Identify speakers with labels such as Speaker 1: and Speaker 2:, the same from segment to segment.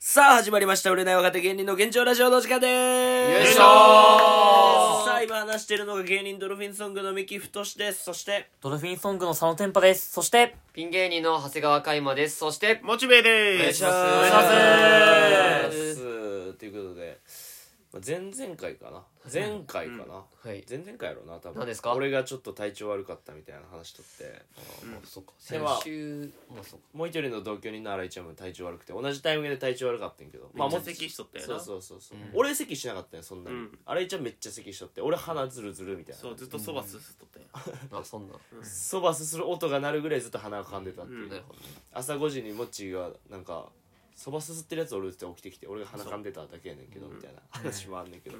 Speaker 1: さあ、始まりました。売れない若手芸人の現状ラジオの時間でーす。
Speaker 2: よいしょー
Speaker 1: さあ、今話しているのが芸人ドルフィンソングの三木太志です。そして、
Speaker 3: ドルフィンソングの佐野天パです。そして、
Speaker 2: ピン芸人の長谷川海馬です。そして、
Speaker 4: モチベ
Speaker 1: お
Speaker 4: で
Speaker 2: 願い
Speaker 4: す
Speaker 2: します
Speaker 1: お願いしますということで、まあ前々回かな。前回かな。
Speaker 2: はい。
Speaker 1: 前々回やろうな、多分。
Speaker 2: 何ですか
Speaker 1: 俺がちょっと体調悪かったみたいな話しとって。
Speaker 2: もうそうか。
Speaker 1: で
Speaker 2: 先
Speaker 1: は
Speaker 2: 週、もうそうか。
Speaker 1: もう一人の同居人の新井ちゃんも体調悪くて、同じタイミングで体調悪かったんやけど。
Speaker 4: まあ、
Speaker 1: も
Speaker 4: も
Speaker 1: う
Speaker 4: う席しとったよな。
Speaker 1: そうそうそうそう、
Speaker 2: うん
Speaker 1: 俺咳しなかったよそんなに、
Speaker 4: うん
Speaker 1: あれちゃんめっちゃ咳しとって俺鼻ズルズルみたいな
Speaker 4: そうずっとそばすすっとったよ。
Speaker 2: あ、そんな。
Speaker 1: そばすする音が鳴るぐらいずっと鼻が噛んでたっていう、
Speaker 4: うん
Speaker 2: なるほどね。
Speaker 1: 朝5時にモッチーがなんかそばすすってるやつおるって起きてきて俺が鼻噛んでただけやねんけどみたいな話もあんねんけど、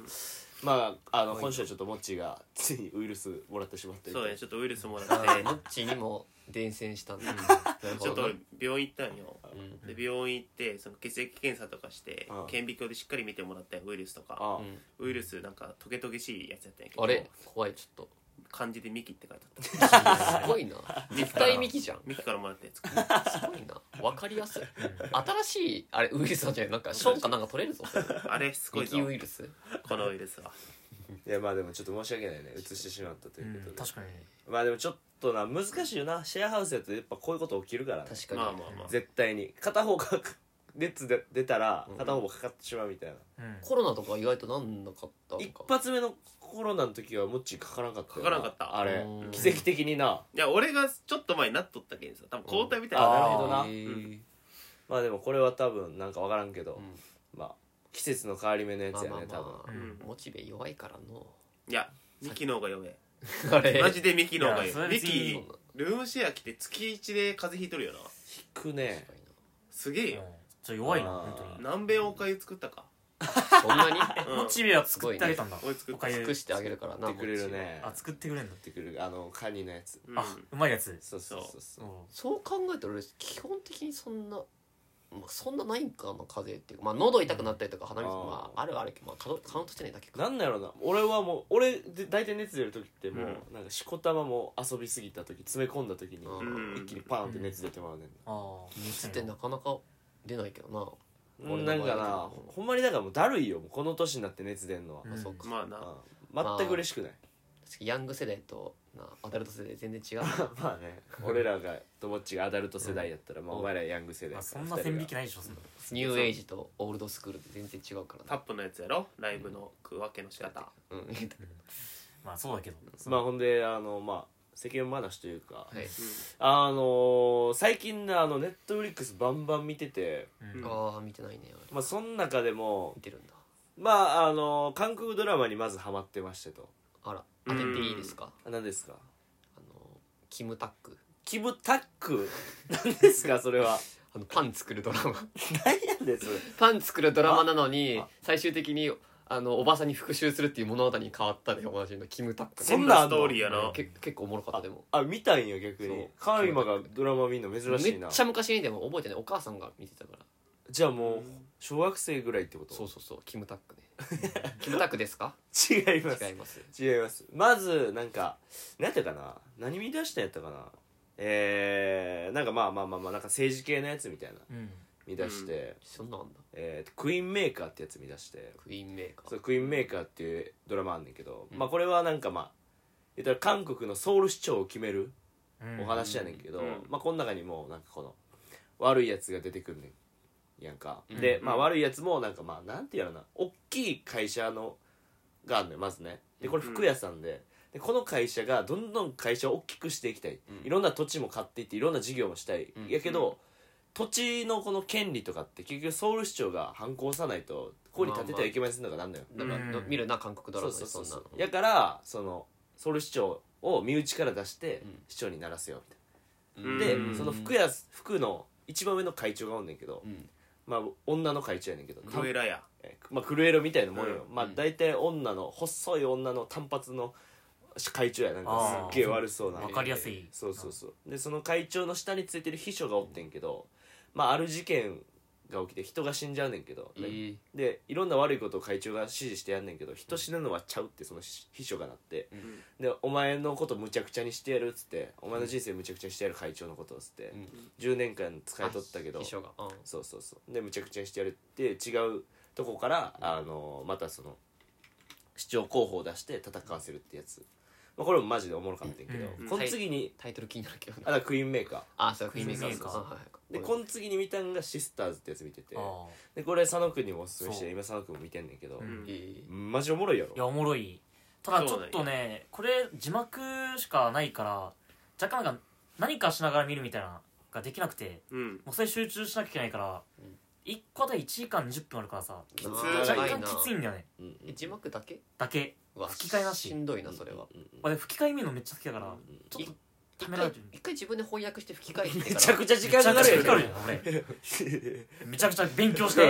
Speaker 1: まああの今週はちょっとモッチーがついにウイルスもらってしまって
Speaker 4: そうや、ちょっとウイルスもらって、
Speaker 2: あモッチーにも伝染したんだ。なるほ
Speaker 4: ちょっと
Speaker 2: どな。
Speaker 4: 病院行ったんよ。
Speaker 2: うん
Speaker 4: で、病院行って、その血液検査とかして
Speaker 1: ああ、
Speaker 4: 顕微鏡でしっかり見てもらったよ、ウイルスとか。
Speaker 1: ああ、
Speaker 2: うん
Speaker 4: ウイルスなんかトゲトゲしいやつやったんやけど、
Speaker 2: あれ怖い、ちょっ
Speaker 4: 漢字でミキって書いてあっ
Speaker 2: と。
Speaker 4: た。
Speaker 2: すごい な。立体ミキじゃん。
Speaker 4: ミキからもらったやつ。
Speaker 2: すごいな。わかりやすい。新しい、あれ、ウイルスなんじゃないなんか、消化なんか取れるぞ。
Speaker 4: あれ、 すご
Speaker 2: ミ
Speaker 4: いぞ
Speaker 2: キ、ウイルス。
Speaker 4: このウイルスは。
Speaker 1: いやまあでもちょっと申し訳ないね移してしまったということで、
Speaker 3: 確かに。
Speaker 1: まあでもちょっとな難しいよなシェアハウスやとやっぱこういうこと起きるからね
Speaker 2: 確かに。
Speaker 4: まあまあまあ。
Speaker 1: 絶対に片方が 熱で出たら片方もかかってしまうみたいな、
Speaker 3: うん。
Speaker 2: コロナとか意外となんなかったの
Speaker 1: 一
Speaker 2: か。
Speaker 1: 発目のコロナの時はもっちーかからなかったよ
Speaker 4: かからなかった
Speaker 1: あれ
Speaker 2: うん
Speaker 1: 奇跡的にない
Speaker 4: や、俺がちょっと前になっとったけんさ、多分抗体みたい
Speaker 1: あなる
Speaker 4: な。
Speaker 1: ほどな
Speaker 2: へー
Speaker 1: まあでもこれは多分なんかわからんけど、
Speaker 2: うん
Speaker 1: まあ季節の変わり目のや
Speaker 2: まあ
Speaker 1: つや
Speaker 2: まあ
Speaker 1: ね多分
Speaker 2: まあ
Speaker 3: う。
Speaker 4: ん
Speaker 2: モチベ弱いからの。
Speaker 4: いや、ミキの方が弱い。
Speaker 2: あれ
Speaker 4: マジでミキの方がいい
Speaker 3: いやそれ
Speaker 4: ミ
Speaker 3: 別に
Speaker 4: キルームシェア来て月1で風邪ひいとるよな
Speaker 1: 引くね
Speaker 4: すげえ
Speaker 3: ちょ
Speaker 4: よ
Speaker 3: っと弱いな、
Speaker 1: あー
Speaker 3: 本当に。
Speaker 4: 南米おかゆ作ったか、
Speaker 2: そんなに
Speaker 4: うん、
Speaker 3: モチベは作ってあげたんだ。
Speaker 4: すごいね
Speaker 3: おか
Speaker 2: 尽
Speaker 3: ゆ
Speaker 2: く。してあげるからな
Speaker 1: やってくれるねや
Speaker 3: あ、作ってくれんだ
Speaker 1: っ。てくれるあのカニのやつ
Speaker 4: うん
Speaker 3: あ、うまいやつ。
Speaker 1: そうそうそうそう
Speaker 3: そ
Speaker 2: そう考えたら俺基本的にそんな、まあ、そんなないんかの風邪っていうか、まあ、喉痛くなったりとか鼻水
Speaker 1: あー
Speaker 2: まああるはあるけど、まあ、カウカウントしてないだけか
Speaker 1: なんだろうな俺はもう俺で大体熱出る時ってもう、
Speaker 4: う
Speaker 1: なんかしこたまも遊びすぎた時詰め込んだ時に
Speaker 2: うん
Speaker 1: 一気にパーンって熱出てもらうねん
Speaker 3: ああ。
Speaker 2: 熱ってなかなか出ないけどな、
Speaker 1: うんなんかなほんまにだからもうだるいよもうこの年になって熱出んのは、
Speaker 3: うん
Speaker 2: あそうか、
Speaker 4: まあ
Speaker 1: う
Speaker 4: なん
Speaker 1: 全く嬉しくない、
Speaker 2: 確かにヤング世代となアダルト世代全然違 う
Speaker 1: まあね俺らが友達がアダルト世代やったら、まあ、お前らヤング世代
Speaker 3: ま
Speaker 1: や
Speaker 3: あ、
Speaker 1: か
Speaker 3: そ
Speaker 1: ら
Speaker 3: んな
Speaker 1: 二人
Speaker 3: 線
Speaker 1: が
Speaker 3: 引きないでしょ、そんな。
Speaker 2: ニューエイジとオールドスクールって全然違うから
Speaker 4: タッ
Speaker 2: な、
Speaker 4: プのやつやろライブの区分けの仕方
Speaker 2: うん、
Speaker 3: まあ、そうだけど。
Speaker 1: まあほんであのまあ世間話というか、
Speaker 2: はい、
Speaker 1: あのー最近のあのネットフリックスバンバン見てて、
Speaker 3: うん
Speaker 2: ああ見てないね俺
Speaker 1: まあ、その中でも
Speaker 2: 見てるんだ
Speaker 1: まああのー韓国ドラマにまずハマってましてと
Speaker 2: あら当てていいですか
Speaker 1: あ何ですか
Speaker 2: あのキムタック
Speaker 1: キムタック 何ですかそれは
Speaker 2: あのパン作るドラマ
Speaker 1: 何やねんそれ
Speaker 2: パン作るドラマなのに
Speaker 1: あ
Speaker 2: 最終的にあのおばさんに復讐するっていう物語に変わったでおなじみのキムタックね
Speaker 1: そん
Speaker 4: 変
Speaker 1: なんあ
Speaker 4: なんス
Speaker 1: の
Speaker 4: トーリーやな
Speaker 2: け結構おもろかったでも
Speaker 1: あ見たんや逆
Speaker 2: そう
Speaker 1: にカイマがドラマ見るの
Speaker 2: め
Speaker 1: 珍しい
Speaker 2: っ
Speaker 1: な
Speaker 2: ちゃ昔にでも覚えてないお母さんが見てたから
Speaker 1: じゃあもう小学生ぐらいってこと
Speaker 2: そうそうそうキムタッ クねキムタックですか
Speaker 1: 違います
Speaker 2: 違 います
Speaker 1: 違いますまずなんか何ていうかな何見出したんやったかなえー、なんかまあまあまあまあなんか政治系のやつみたいな
Speaker 3: うん。
Speaker 1: 見出して、
Speaker 4: う
Speaker 2: そんなんあんだ
Speaker 1: えークイーンメーカーってやつ見出して
Speaker 2: クイーンメーカ
Speaker 1: そ
Speaker 2: ー
Speaker 1: うクイーンメーカーっていうドラマあんねんけど、
Speaker 2: うん
Speaker 1: まあこれはなんかまあ言ったら韓国のソウル市長を決める
Speaker 3: うん
Speaker 1: お話やねんけど、
Speaker 4: うん
Speaker 1: まあこの中にもなんかこの悪いやつが出てくんねんやんか、
Speaker 2: うん
Speaker 1: で
Speaker 4: うん
Speaker 1: まあ悪いやつもなんかまあなんていうのな大きい会社のがあんのよまずねでこれ服屋さんででこの会社がどんどん会社を大きくしていきたい、
Speaker 2: うん
Speaker 1: いろんな土地も買っていっていろんな事業もしたい、
Speaker 2: うん
Speaker 1: やけど土地のこの権利とかって結局ソウル市長が反抗さないとここに建ててはいけませんのがなんだよ、
Speaker 2: だからの
Speaker 3: うん
Speaker 2: 見るな韓国ドラマで
Speaker 1: そうそう
Speaker 2: そ
Speaker 1: ん
Speaker 2: な
Speaker 1: そう
Speaker 2: の
Speaker 1: そうやからそのソウル市長を身内から出して
Speaker 2: うん
Speaker 1: 市長にならせようみたいな。
Speaker 2: うん
Speaker 1: で
Speaker 3: うん
Speaker 1: その服屋服の一番上の会長がおんねんけど、
Speaker 2: うん
Speaker 1: まあ女の会長やねんけど、
Speaker 4: クエラや
Speaker 1: えまあ、クルエロみたいなもんよ、まあ
Speaker 2: うん
Speaker 1: 大体女の細い女の短髪の会長やなんか
Speaker 3: あー
Speaker 1: すっげえ悪そうな
Speaker 3: わかりやすい。
Speaker 1: そうそうそうでその会長の下についてる秘書がおってんけど、まあある事件が起きて人が死んじゃうねんけど、
Speaker 2: えー
Speaker 1: でいろんな悪いことを会長が指示してやんねんけど人死ぬのはちゃうってその秘書がなって、でお前のことむちゃくちゃにしてやるっつってお前の人生むちゃくちゃにしてやる会長のことをっつって、
Speaker 2: うん
Speaker 1: 10年間使い取ったけど
Speaker 2: 秘書が、うん
Speaker 1: そうそうそうでむちゃくちゃにしてやるって違うとこから、あのまたその市長候補を出して戦わせるってやつ、まあ、これもマジでおもろかったんやけど、
Speaker 3: うん
Speaker 1: この次に、
Speaker 2: タイトル気になるけど
Speaker 1: あだ
Speaker 2: な
Speaker 1: からクイーンメーカー
Speaker 2: あそうクイーンメーカー
Speaker 3: クイーンメーカー
Speaker 2: そうそうはいはい
Speaker 1: でこの次に見たんがシスターズってやつ見てて
Speaker 3: あ
Speaker 1: でこれ佐野くんにもおすすめし
Speaker 3: そ
Speaker 1: て
Speaker 3: う
Speaker 1: 今佐野くんも見てんねんけど、
Speaker 3: うん
Speaker 2: えー
Speaker 1: マジおもろいやろ
Speaker 3: ーいやおもろいただちょっ
Speaker 4: そう
Speaker 3: とねこれ字幕しかないから若干なんか何かしながら見るみたいなのができなくて
Speaker 4: うん
Speaker 3: もうそれ集中しなきゃいけないから
Speaker 2: うん
Speaker 3: 1個あたり1時間20分あるからさ
Speaker 2: き
Speaker 4: 通
Speaker 3: 若
Speaker 2: 長い
Speaker 3: 干
Speaker 2: な
Speaker 3: きついんだよね
Speaker 1: うん
Speaker 2: え字幕だけ
Speaker 3: だけ
Speaker 2: うわ
Speaker 3: 吹き替えなし
Speaker 2: しんどいなそれは
Speaker 1: うんうん
Speaker 3: まあでも吹き替え見るのめっちゃ好きだから
Speaker 1: うん
Speaker 3: ちょっと
Speaker 2: 一
Speaker 3: ためら
Speaker 2: 回
Speaker 3: れてる
Speaker 2: 一回自分で翻訳して吹き替えて
Speaker 1: め
Speaker 2: か
Speaker 1: ちゃ
Speaker 2: ら
Speaker 1: くちゃ時
Speaker 3: めち
Speaker 1: 間か
Speaker 3: ゃく
Speaker 1: か
Speaker 3: ちゃ
Speaker 1: る
Speaker 3: か
Speaker 1: や
Speaker 3: か
Speaker 1: ん
Speaker 3: るよ俺めちゃくちゃ勉強 してい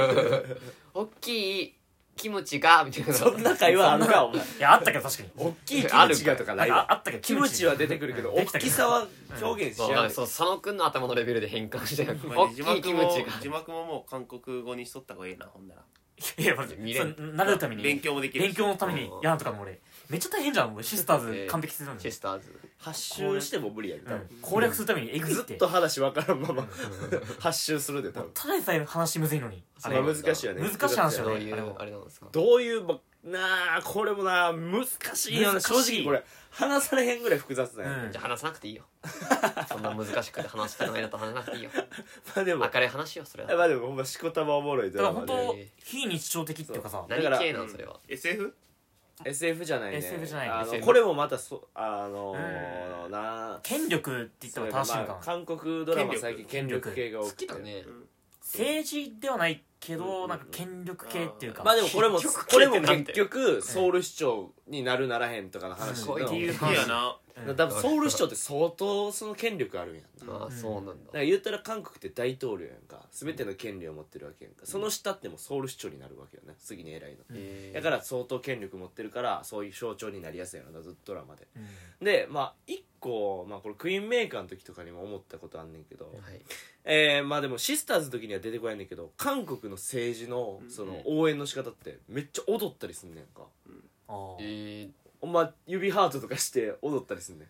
Speaker 2: 大きいキムチがみたいな
Speaker 1: そんな会話あるかお前
Speaker 3: やあったけど確かに
Speaker 1: おっきいキムチがとか
Speaker 3: な
Speaker 1: なんい
Speaker 3: かあ
Speaker 1: わ
Speaker 3: ったけど
Speaker 1: キムチは出てくるけど大きさは表現し
Speaker 2: そう
Speaker 1: ち
Speaker 2: だか
Speaker 1: ゃ
Speaker 2: ら
Speaker 1: う
Speaker 2: そう佐野くんの頭のレベルで変換して
Speaker 4: まあ
Speaker 2: 大
Speaker 4: ね
Speaker 2: きいキムチが
Speaker 4: 字幕ももう韓国語にしとった方がいいなほんなら
Speaker 3: いやマジ
Speaker 2: 見
Speaker 3: で
Speaker 2: れ
Speaker 3: そ
Speaker 2: ん
Speaker 3: れ慣れるために
Speaker 4: 勉強もできるし
Speaker 3: 勉強のために
Speaker 2: うん
Speaker 3: やんとかも俺めっちゃ大変じゃん俺シスターズ完璧するのに
Speaker 2: シスターズ
Speaker 1: 発集しても無理やで多
Speaker 3: う
Speaker 1: 分
Speaker 3: ん攻略するためにエグい
Speaker 1: ず
Speaker 3: っ
Speaker 1: ってと話分からんまま発集するで多分
Speaker 3: ただでさえ話むずいのに
Speaker 1: あ
Speaker 3: あ
Speaker 1: れ
Speaker 3: れ
Speaker 1: は難しいよね
Speaker 3: 難しい話
Speaker 2: ど
Speaker 3: よ
Speaker 2: う
Speaker 3: ね
Speaker 2: い
Speaker 3: あれ
Speaker 2: う
Speaker 3: も
Speaker 2: あれなんですか
Speaker 1: どういうばなあこれもな難しいよね
Speaker 3: 難し
Speaker 1: 正
Speaker 3: い
Speaker 1: 直これ話されへんぐらい複雑だよね、
Speaker 3: うん
Speaker 2: じゃあ話さなくていいよそんな難しくて話したくないだと話さなくていいよ
Speaker 1: まあでも
Speaker 2: 明るい話よそれ
Speaker 1: ま
Speaker 2: は
Speaker 1: あでもほんましこたまおもろいド
Speaker 3: だから
Speaker 1: ラマで
Speaker 3: 本当
Speaker 2: えー
Speaker 3: 非日常的っていうかさ
Speaker 1: な
Speaker 2: 何
Speaker 1: だから
Speaker 2: 系なんそれは
Speaker 4: SF?
Speaker 1: SF じゃないね
Speaker 3: SF じゃないね
Speaker 1: あの
Speaker 2: SF
Speaker 1: これもまたそあのー
Speaker 3: うん
Speaker 1: なあ
Speaker 3: 権力って言っても正しいのか
Speaker 1: まあ
Speaker 3: な
Speaker 1: 韓国ドラマ
Speaker 4: 権力
Speaker 1: 最近権力系が多
Speaker 2: 好
Speaker 1: くて
Speaker 2: きだね
Speaker 3: 政治ではないけ
Speaker 1: う
Speaker 3: ど
Speaker 1: ん
Speaker 3: なんか権力系っていうか
Speaker 1: まあでもこれも
Speaker 2: 結局
Speaker 1: これも
Speaker 2: 聞いてない
Speaker 1: 結局ソウル市長になるならへんとかの話
Speaker 3: す
Speaker 1: の
Speaker 2: ごい
Speaker 1: だ
Speaker 2: 理
Speaker 4: 好
Speaker 2: 由
Speaker 4: きやな
Speaker 3: うん
Speaker 1: からソウル市長って相当その権力あるんやんなだか
Speaker 2: ああそうなんだ
Speaker 1: ら言ったら韓国って大統領やんか全ての権利を持ってるわけやんかその下ってもうソウル市長になるわけよね次に偉いの
Speaker 2: えー
Speaker 1: だから相当権力持ってるからそういう象徴になりやすいのだずっとドラマで
Speaker 3: うん
Speaker 1: でまあ一個、まあ、これクイーンメーカーの時とかにも思ったことあんねんけど、
Speaker 2: はい
Speaker 1: えー、まあでもシスターズの時には出てこないんだけど韓国の政治のその応援の仕方ってめっちゃ踊ったりすんねんか
Speaker 3: あ
Speaker 2: え
Speaker 3: ー
Speaker 2: ー
Speaker 1: ほんま指ハートとかして踊ったりすんねん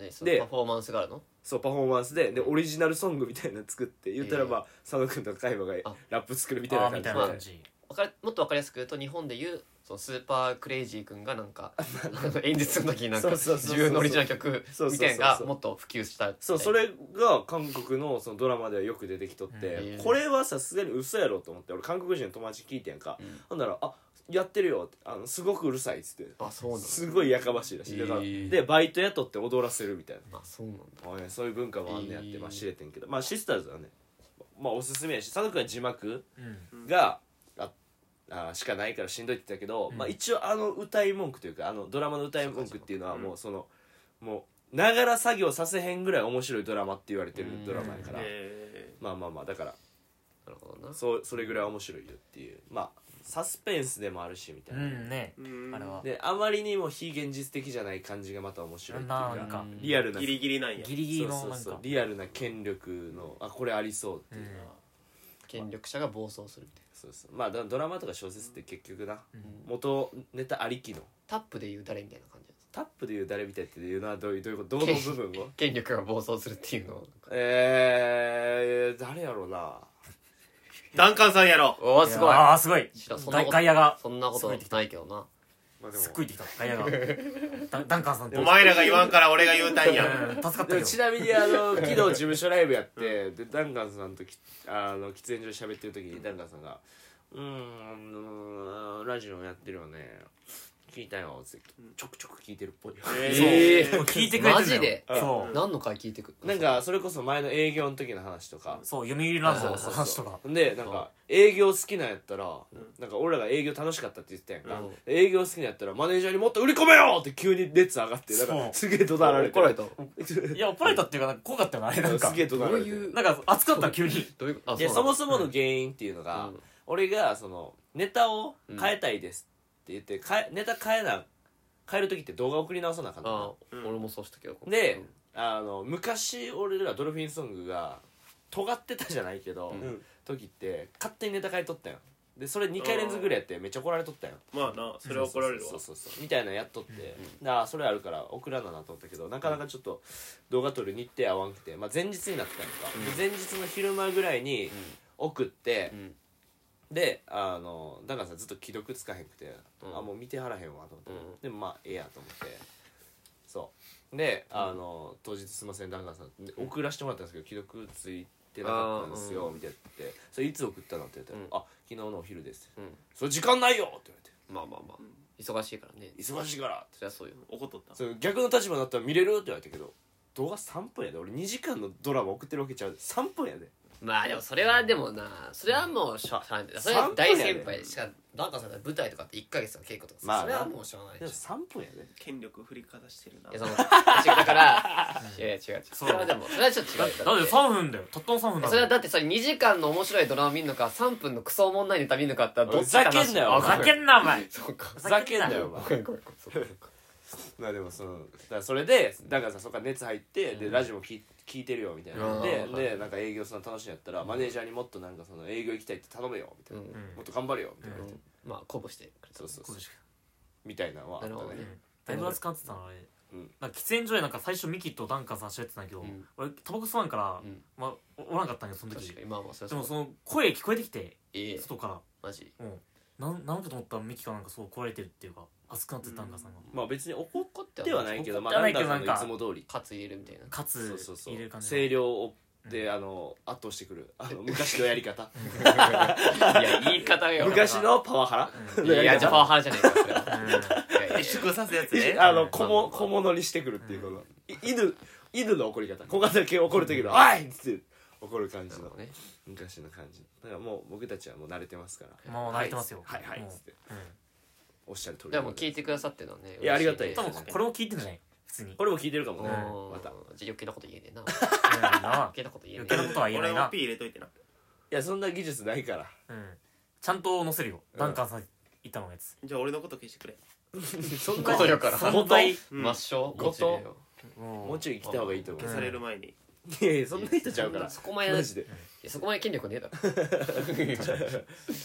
Speaker 2: 何その
Speaker 1: で
Speaker 2: パフォーマンスがあるの
Speaker 1: そうパフォーマンスででオリジナルソングみたいなの作って言ったら
Speaker 2: えー
Speaker 1: まあ、佐野君とか海馬が
Speaker 2: あ
Speaker 1: ラップ作るみたい
Speaker 3: あ
Speaker 1: な
Speaker 3: ーみ
Speaker 1: 感じ
Speaker 3: た
Speaker 1: で
Speaker 3: いな感じ
Speaker 2: わかりもっとわかりやすく言うと日本で言うそのスーパークレイジー君がなんか演説の時になんか
Speaker 1: そうそうそうそう
Speaker 2: 自分のオリジナル曲
Speaker 1: そうそうそうそう
Speaker 2: みたいなのがもっと普及した
Speaker 1: そうそれが韓国のそのドラマではよく出てきとって、
Speaker 2: うん
Speaker 1: これはさすがに嘘やろと思って俺韓国人の友達に聞いてんか、
Speaker 2: うん
Speaker 1: ほんなら「あやってるよ」ってあの「すごくうるさい」っつって
Speaker 2: あそうなんだ
Speaker 1: すごいやかましいらしいだから、
Speaker 2: へー
Speaker 1: でバイト雇って踊らせるみたいな
Speaker 2: あそうなんだ
Speaker 1: あねそういう文化もあんねやって、
Speaker 2: へー
Speaker 1: まあ、知れてんけどまあシスターズはねまあおすすめやし佐野君は字幕
Speaker 3: うん
Speaker 1: が、ああしかないからしんどいって言ったけど、
Speaker 3: うん
Speaker 1: まあ、一応あの歌い文句というかあのドラマの歌い文句っていうのはもうその、もうながら作業させへんぐらい面白いドラマって言われてるドラマやから、
Speaker 4: え
Speaker 1: まあまあまあだから
Speaker 2: なるほどな
Speaker 1: そうそれぐらい面白いよっていうまあサスペンスでもあるしみたいうな、
Speaker 3: んね
Speaker 4: ーうん
Speaker 3: あれは
Speaker 1: であまりにも非現実的じゃない感じがまた面白いっていう
Speaker 3: な
Speaker 1: か
Speaker 3: んか
Speaker 2: うん
Speaker 1: リアルな
Speaker 4: ギリギリなんや
Speaker 3: ギリギリ
Speaker 1: そ
Speaker 3: の
Speaker 1: うそう
Speaker 3: な
Speaker 1: んそう
Speaker 3: か
Speaker 1: リアルな権力のあこれありそうっていうのは、
Speaker 3: うん
Speaker 2: 権力者が暴走するみたいな
Speaker 1: そうそうまあだドラマとか小説って結局な、
Speaker 3: うん
Speaker 1: 元ネタありきの
Speaker 2: タップで言う誰みたいな感じなんです
Speaker 1: タップで言う誰みたいっていうのはどういうどういうことどの部分を
Speaker 2: 権力が暴走するっていうのを
Speaker 1: えー、誰やろうな
Speaker 4: ダンカンさんやろ
Speaker 2: おおすごい
Speaker 3: ああすごい
Speaker 2: 知らんそんな
Speaker 3: ガ
Speaker 2: こと
Speaker 3: ガイアが
Speaker 2: そんなことないけどな
Speaker 1: まあです
Speaker 3: っ
Speaker 1: も
Speaker 3: ごいできたガイアが ダンダンカンさんと
Speaker 4: お前らが言わんから俺が言うたんや
Speaker 3: うん助かった
Speaker 1: で
Speaker 3: け
Speaker 1: も
Speaker 3: ど
Speaker 1: ちなみにあ の昨日事務所ライブやって、でダンカンさんときあの喫煙所で喋ってる時にダンカンさんが「うーんあのラジオやってるよね聞いたよ」ってちょくちょく聞いてるっぽいよ、
Speaker 2: え
Speaker 4: ー
Speaker 3: もう聞いてくれてるのよ
Speaker 2: マジで
Speaker 3: そう
Speaker 2: 何の回聞いてく
Speaker 1: なんかそれこそ前の営業の時の話とか
Speaker 3: そう読売ランドの
Speaker 2: そう
Speaker 3: 話とか
Speaker 1: でなんか営業好きなんやったら、
Speaker 4: ん
Speaker 1: なんか俺らが営業楽しかったって言ってたやんか、
Speaker 2: うん
Speaker 1: 営業好きなんやったらマネージャーにもっと売り込めよって急に熱上がってなん
Speaker 3: そ
Speaker 1: か
Speaker 3: う
Speaker 1: すげえ怒鳴られて
Speaker 2: 怒られた
Speaker 3: いや怒られたっていうかなんか怖かったよねあれなんか
Speaker 1: すげえ怒鳴られて
Speaker 2: どういう
Speaker 3: なんか熱かった急に
Speaker 2: どういうことあ
Speaker 1: で
Speaker 2: う
Speaker 1: そもそ
Speaker 2: そ
Speaker 1: もの原因っていうのが、
Speaker 2: うん
Speaker 1: 俺がそのネタを変えたいですって言って、変えネタ変えな変える時って動画送り直さなあかった
Speaker 2: あ
Speaker 1: の
Speaker 2: 俺もそうしたけど
Speaker 1: で、あの昔俺らドルフィンソングが尖ってたじゃないけど、
Speaker 2: うん
Speaker 1: 時って勝手にネタ変えとったよでそれ2回連続ぐらいやってめっちゃ怒られとったよ
Speaker 4: まあなそれは怒られるわ
Speaker 1: そうそうそうそうみたいなのやっとって、ああそれあるから送らななと思ったけどなかなかちょっと動画撮る日程合わんくて、まあ、前日になったんか、で前日の昼間ぐらいに送って、
Speaker 2: うん
Speaker 1: であのだからさずっと既読つかへんくて、
Speaker 2: うん
Speaker 1: あもう見てはらへんわと思って、
Speaker 2: うん
Speaker 1: でもまあええやと思ってそうであの、当日すいませんダンカンさんで送らせてもらったんですけど既読ついてなかったんですよ
Speaker 2: あーうん
Speaker 1: みたいな言って「それいつ送ったの?」って言ったら「
Speaker 2: うん
Speaker 1: あ昨日のお昼です」
Speaker 2: うん
Speaker 1: それ時間ないよ!」って言われて
Speaker 2: まあまあまあ忙しいからね
Speaker 1: 「忙しいから」って
Speaker 2: そりゃそうよ
Speaker 4: 怒っとった
Speaker 1: その逆の立場になったら見れるって言われたけど動画3分やで俺2時間のドラマ送ってるわけちゃうで3分やで
Speaker 2: まあでもそれはでもなそれはもうしょうがないんだよそれは大先輩しかなんかさ舞台とかって1か月の稽古とかさ、
Speaker 1: まあな
Speaker 2: それはもうしょうがない
Speaker 1: で
Speaker 2: で
Speaker 1: も
Speaker 2: しょ
Speaker 1: 3分やで
Speaker 4: 権力振りかざしてるない
Speaker 2: やその違うだからいやいや違う違うそれはでもそれはちょっと違う
Speaker 3: だって3分だよたったの3分だもん
Speaker 2: それはだってそれ2時間の面白いドラマ見るのか3分のクソおもんないネタ見るのかってどっちか
Speaker 1: ふざけんなよ
Speaker 3: あふざけんなお前
Speaker 2: そうか
Speaker 1: ふざけんなよお前
Speaker 2: ごめんごめんごめん
Speaker 1: まあでもそのだからそれでだからさそっから熱入ってでラジオも聞い聞いてるよみたいな
Speaker 2: う
Speaker 1: で
Speaker 2: ん
Speaker 1: でなんか営業さん楽しいんやったらマネージャーにもっとなんかその営業行きたいって頼めよみたいな
Speaker 2: うん
Speaker 1: もっと頑張れよみたいな
Speaker 2: うんまあ鼓舞してくれた
Speaker 1: そうそうそ
Speaker 3: そ
Speaker 1: うう
Speaker 3: でしょ
Speaker 1: みたいなのはあった
Speaker 2: なるほど
Speaker 1: ね
Speaker 2: ね
Speaker 3: だいぶ扱ってたのあれ、
Speaker 1: うん
Speaker 3: なんか喫煙所でなんか最初ミキとダンカンさんしゃべってたんやけど、
Speaker 2: うん
Speaker 3: 俺タバコ吸わんから、
Speaker 2: うん
Speaker 3: まあ、おおらんかったんやその時
Speaker 2: 確かにまあまあそれ
Speaker 3: でも
Speaker 2: は
Speaker 3: そ
Speaker 2: そう
Speaker 3: の声聞こえてきて
Speaker 2: ええ
Speaker 3: 外か
Speaker 2: マジ
Speaker 3: らうんなんなんかと思ったらミキがなんかそう怒られてるっていうか熱くなってたダンカンさんが、
Speaker 1: まあ別に怒っ
Speaker 2: 怒って
Speaker 1: てはないけど
Speaker 3: 怒
Speaker 1: ま
Speaker 3: っ
Speaker 1: あ
Speaker 3: てはな
Speaker 1: ないん
Speaker 3: け
Speaker 1: だ
Speaker 3: ど
Speaker 1: かのいつ
Speaker 3: な
Speaker 1: も通り
Speaker 2: カツ入れるみたいな
Speaker 3: かつ
Speaker 1: そうそうそう
Speaker 3: 入れる感じ
Speaker 1: 声量をであの圧倒してくるあの昔のやり方
Speaker 2: いや言い方よ
Speaker 1: 昔のパワハラ
Speaker 2: いや じゃあパワハラじゃねえかそれは
Speaker 3: うん
Speaker 2: いやいや
Speaker 4: 粛さすやつね
Speaker 1: あの小物小物にしてくるっていうこの、い犬犬の怒り方小型犬怒る時の「あい!」っつって怒る感じの
Speaker 2: そうね
Speaker 1: 昔の感じだからもう僕たちはもう慣れてますから「
Speaker 3: まあ泣いてますよ
Speaker 1: はいはい」
Speaker 3: も
Speaker 1: っ
Speaker 3: う
Speaker 1: つっておっしゃる通り
Speaker 2: でも聞いてくださってるのはね
Speaker 1: いやありがたい
Speaker 2: 嬉
Speaker 1: です
Speaker 2: し
Speaker 3: 多
Speaker 2: ね
Speaker 3: 分これも聞いてんじゃない普通に、うん
Speaker 1: これも聞いてるかもね
Speaker 2: うん
Speaker 1: またい
Speaker 2: じゃあ余計なこと言えねえな
Speaker 3: な
Speaker 2: 余計なこと言えねえ
Speaker 3: 余計なことは言えない
Speaker 4: 俺も
Speaker 3: な
Speaker 4: P 入れといてな
Speaker 1: やそんな技術ないから
Speaker 3: う、ん、ちゃんと載せるよ、ダンカンさん言ったのやつ
Speaker 4: じゃあ俺のこと消してくれ
Speaker 1: そん
Speaker 2: ことよから
Speaker 3: 存在
Speaker 4: うん
Speaker 2: 抹消
Speaker 1: 後藤
Speaker 2: 落ちるよ
Speaker 1: もう
Speaker 3: も
Speaker 1: ちょい来た方がいいと思う
Speaker 3: う
Speaker 4: 消
Speaker 3: ん
Speaker 4: される前に
Speaker 1: いやいやそんな人ちゃうから
Speaker 2: そこまで
Speaker 1: マジで
Speaker 2: いやそこまで権力ねえだろ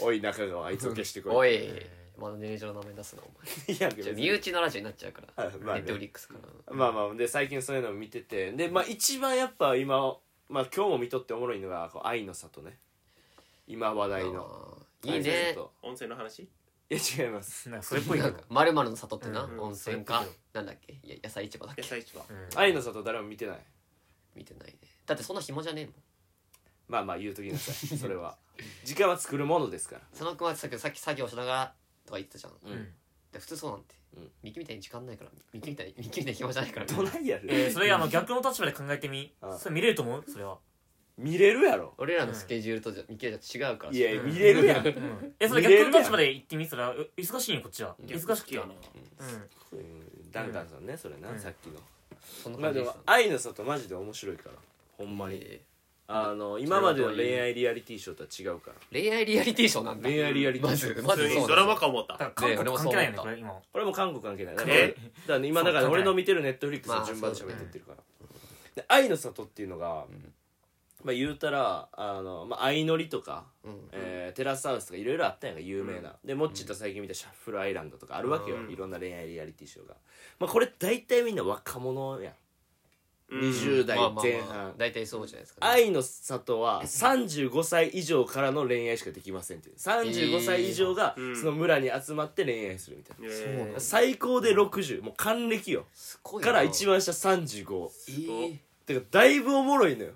Speaker 1: おい中川あいつを消してこ
Speaker 2: お
Speaker 1: い
Speaker 2: いまだネージの名前出すなお
Speaker 1: いや
Speaker 2: 前じ
Speaker 1: 別
Speaker 2: ゃあ
Speaker 1: に
Speaker 2: 身内のラジオになっちゃうか
Speaker 1: は
Speaker 2: ら
Speaker 1: いまあね
Speaker 2: ネットフリックスから
Speaker 1: まあまあで最近そういうのを見ててでまあ一番やっぱ今まあ今日も見とっておもろいのがこう愛の里ね今話題の
Speaker 2: あーいいね
Speaker 4: 温泉の話
Speaker 1: いや違います
Speaker 3: なんかそれっぽい
Speaker 2: な
Speaker 3: け
Speaker 2: ん
Speaker 3: ど
Speaker 2: かまるの里ってな
Speaker 4: うん
Speaker 2: 温泉かなんだっけいや野菜市場だっけ
Speaker 4: 野菜市場
Speaker 3: うん
Speaker 1: 愛の里誰も見てない
Speaker 2: 見てないねだってそんな暇じゃねえもん
Speaker 1: まあまあ言うときなさ いそれは時間は作るものですから
Speaker 2: 佐野君はさっきさっき作業しながらとか言ってたじゃん
Speaker 1: うん
Speaker 2: で普通そうなんて
Speaker 1: うん
Speaker 2: ミキみたいに時間ないからミキみたいにミキみたいに暇じゃないから
Speaker 1: どないや
Speaker 3: え
Speaker 1: る
Speaker 3: ーそれあの逆の立場で考えてみ
Speaker 1: ああ
Speaker 3: それ見れると思うそれは
Speaker 1: 見れるやろ
Speaker 2: 俺らのスケジュールとじゃミキじゃ違うから
Speaker 1: いや見れるやん
Speaker 3: えそれ逆の立場で言ってみそれはう忙しいよこっちは忙しくて
Speaker 4: や
Speaker 3: う
Speaker 4: なん
Speaker 1: うんダンカンさんねそれな
Speaker 3: うん
Speaker 1: さっきの
Speaker 2: そんな
Speaker 1: まあ
Speaker 2: 感
Speaker 1: で
Speaker 2: じで
Speaker 1: も
Speaker 2: した
Speaker 1: 愛の里マジで面白いからほんまに
Speaker 2: え
Speaker 1: あの今までの恋愛リアリティショーとは違うから
Speaker 2: ー恋愛リアリティショーなんだ
Speaker 1: 恋愛リアリティ
Speaker 2: ま
Speaker 1: ショー
Speaker 2: ずま
Speaker 4: 普
Speaker 2: ず
Speaker 4: 通
Speaker 2: そうな
Speaker 4: にド
Speaker 2: んだ
Speaker 4: ラマか思っ
Speaker 3: だか
Speaker 4: た
Speaker 3: ら韓
Speaker 2: ね俺
Speaker 3: 国
Speaker 2: もそう
Speaker 3: 関
Speaker 2: 思
Speaker 3: 係
Speaker 2: っ
Speaker 3: な
Speaker 2: た
Speaker 3: いよねこれ今
Speaker 1: これも韓国関係ないだから
Speaker 4: え
Speaker 1: だから今だから俺の見てるネットフリックスの順番で喋ってってるから、で愛の里っていうのが、まあ言うたらあの、まあ、相乗りとか、
Speaker 2: うん
Speaker 1: えーテラスハウスとかいろいろあったんやんか有名な、でモッチーと最近見たシャッフルアイランドとかあるわけよ、
Speaker 4: うん
Speaker 1: いろんな恋愛リアリティショーが、まあ、これ大体みんな若者やん、
Speaker 4: うん
Speaker 1: 20代
Speaker 2: まあまあ
Speaker 1: 前半、
Speaker 2: まあ大体そうじゃないですかね
Speaker 1: 愛の里は35歳以上からの恋愛しかできませんっていう35歳以上が
Speaker 4: うん
Speaker 1: その村に集まって恋愛するみたいな、
Speaker 4: えー
Speaker 2: そうなんだ
Speaker 1: 最高で60もう還暦よ
Speaker 2: すごいな
Speaker 1: から一番下35
Speaker 2: えー
Speaker 1: てかだいぶおもろいのよ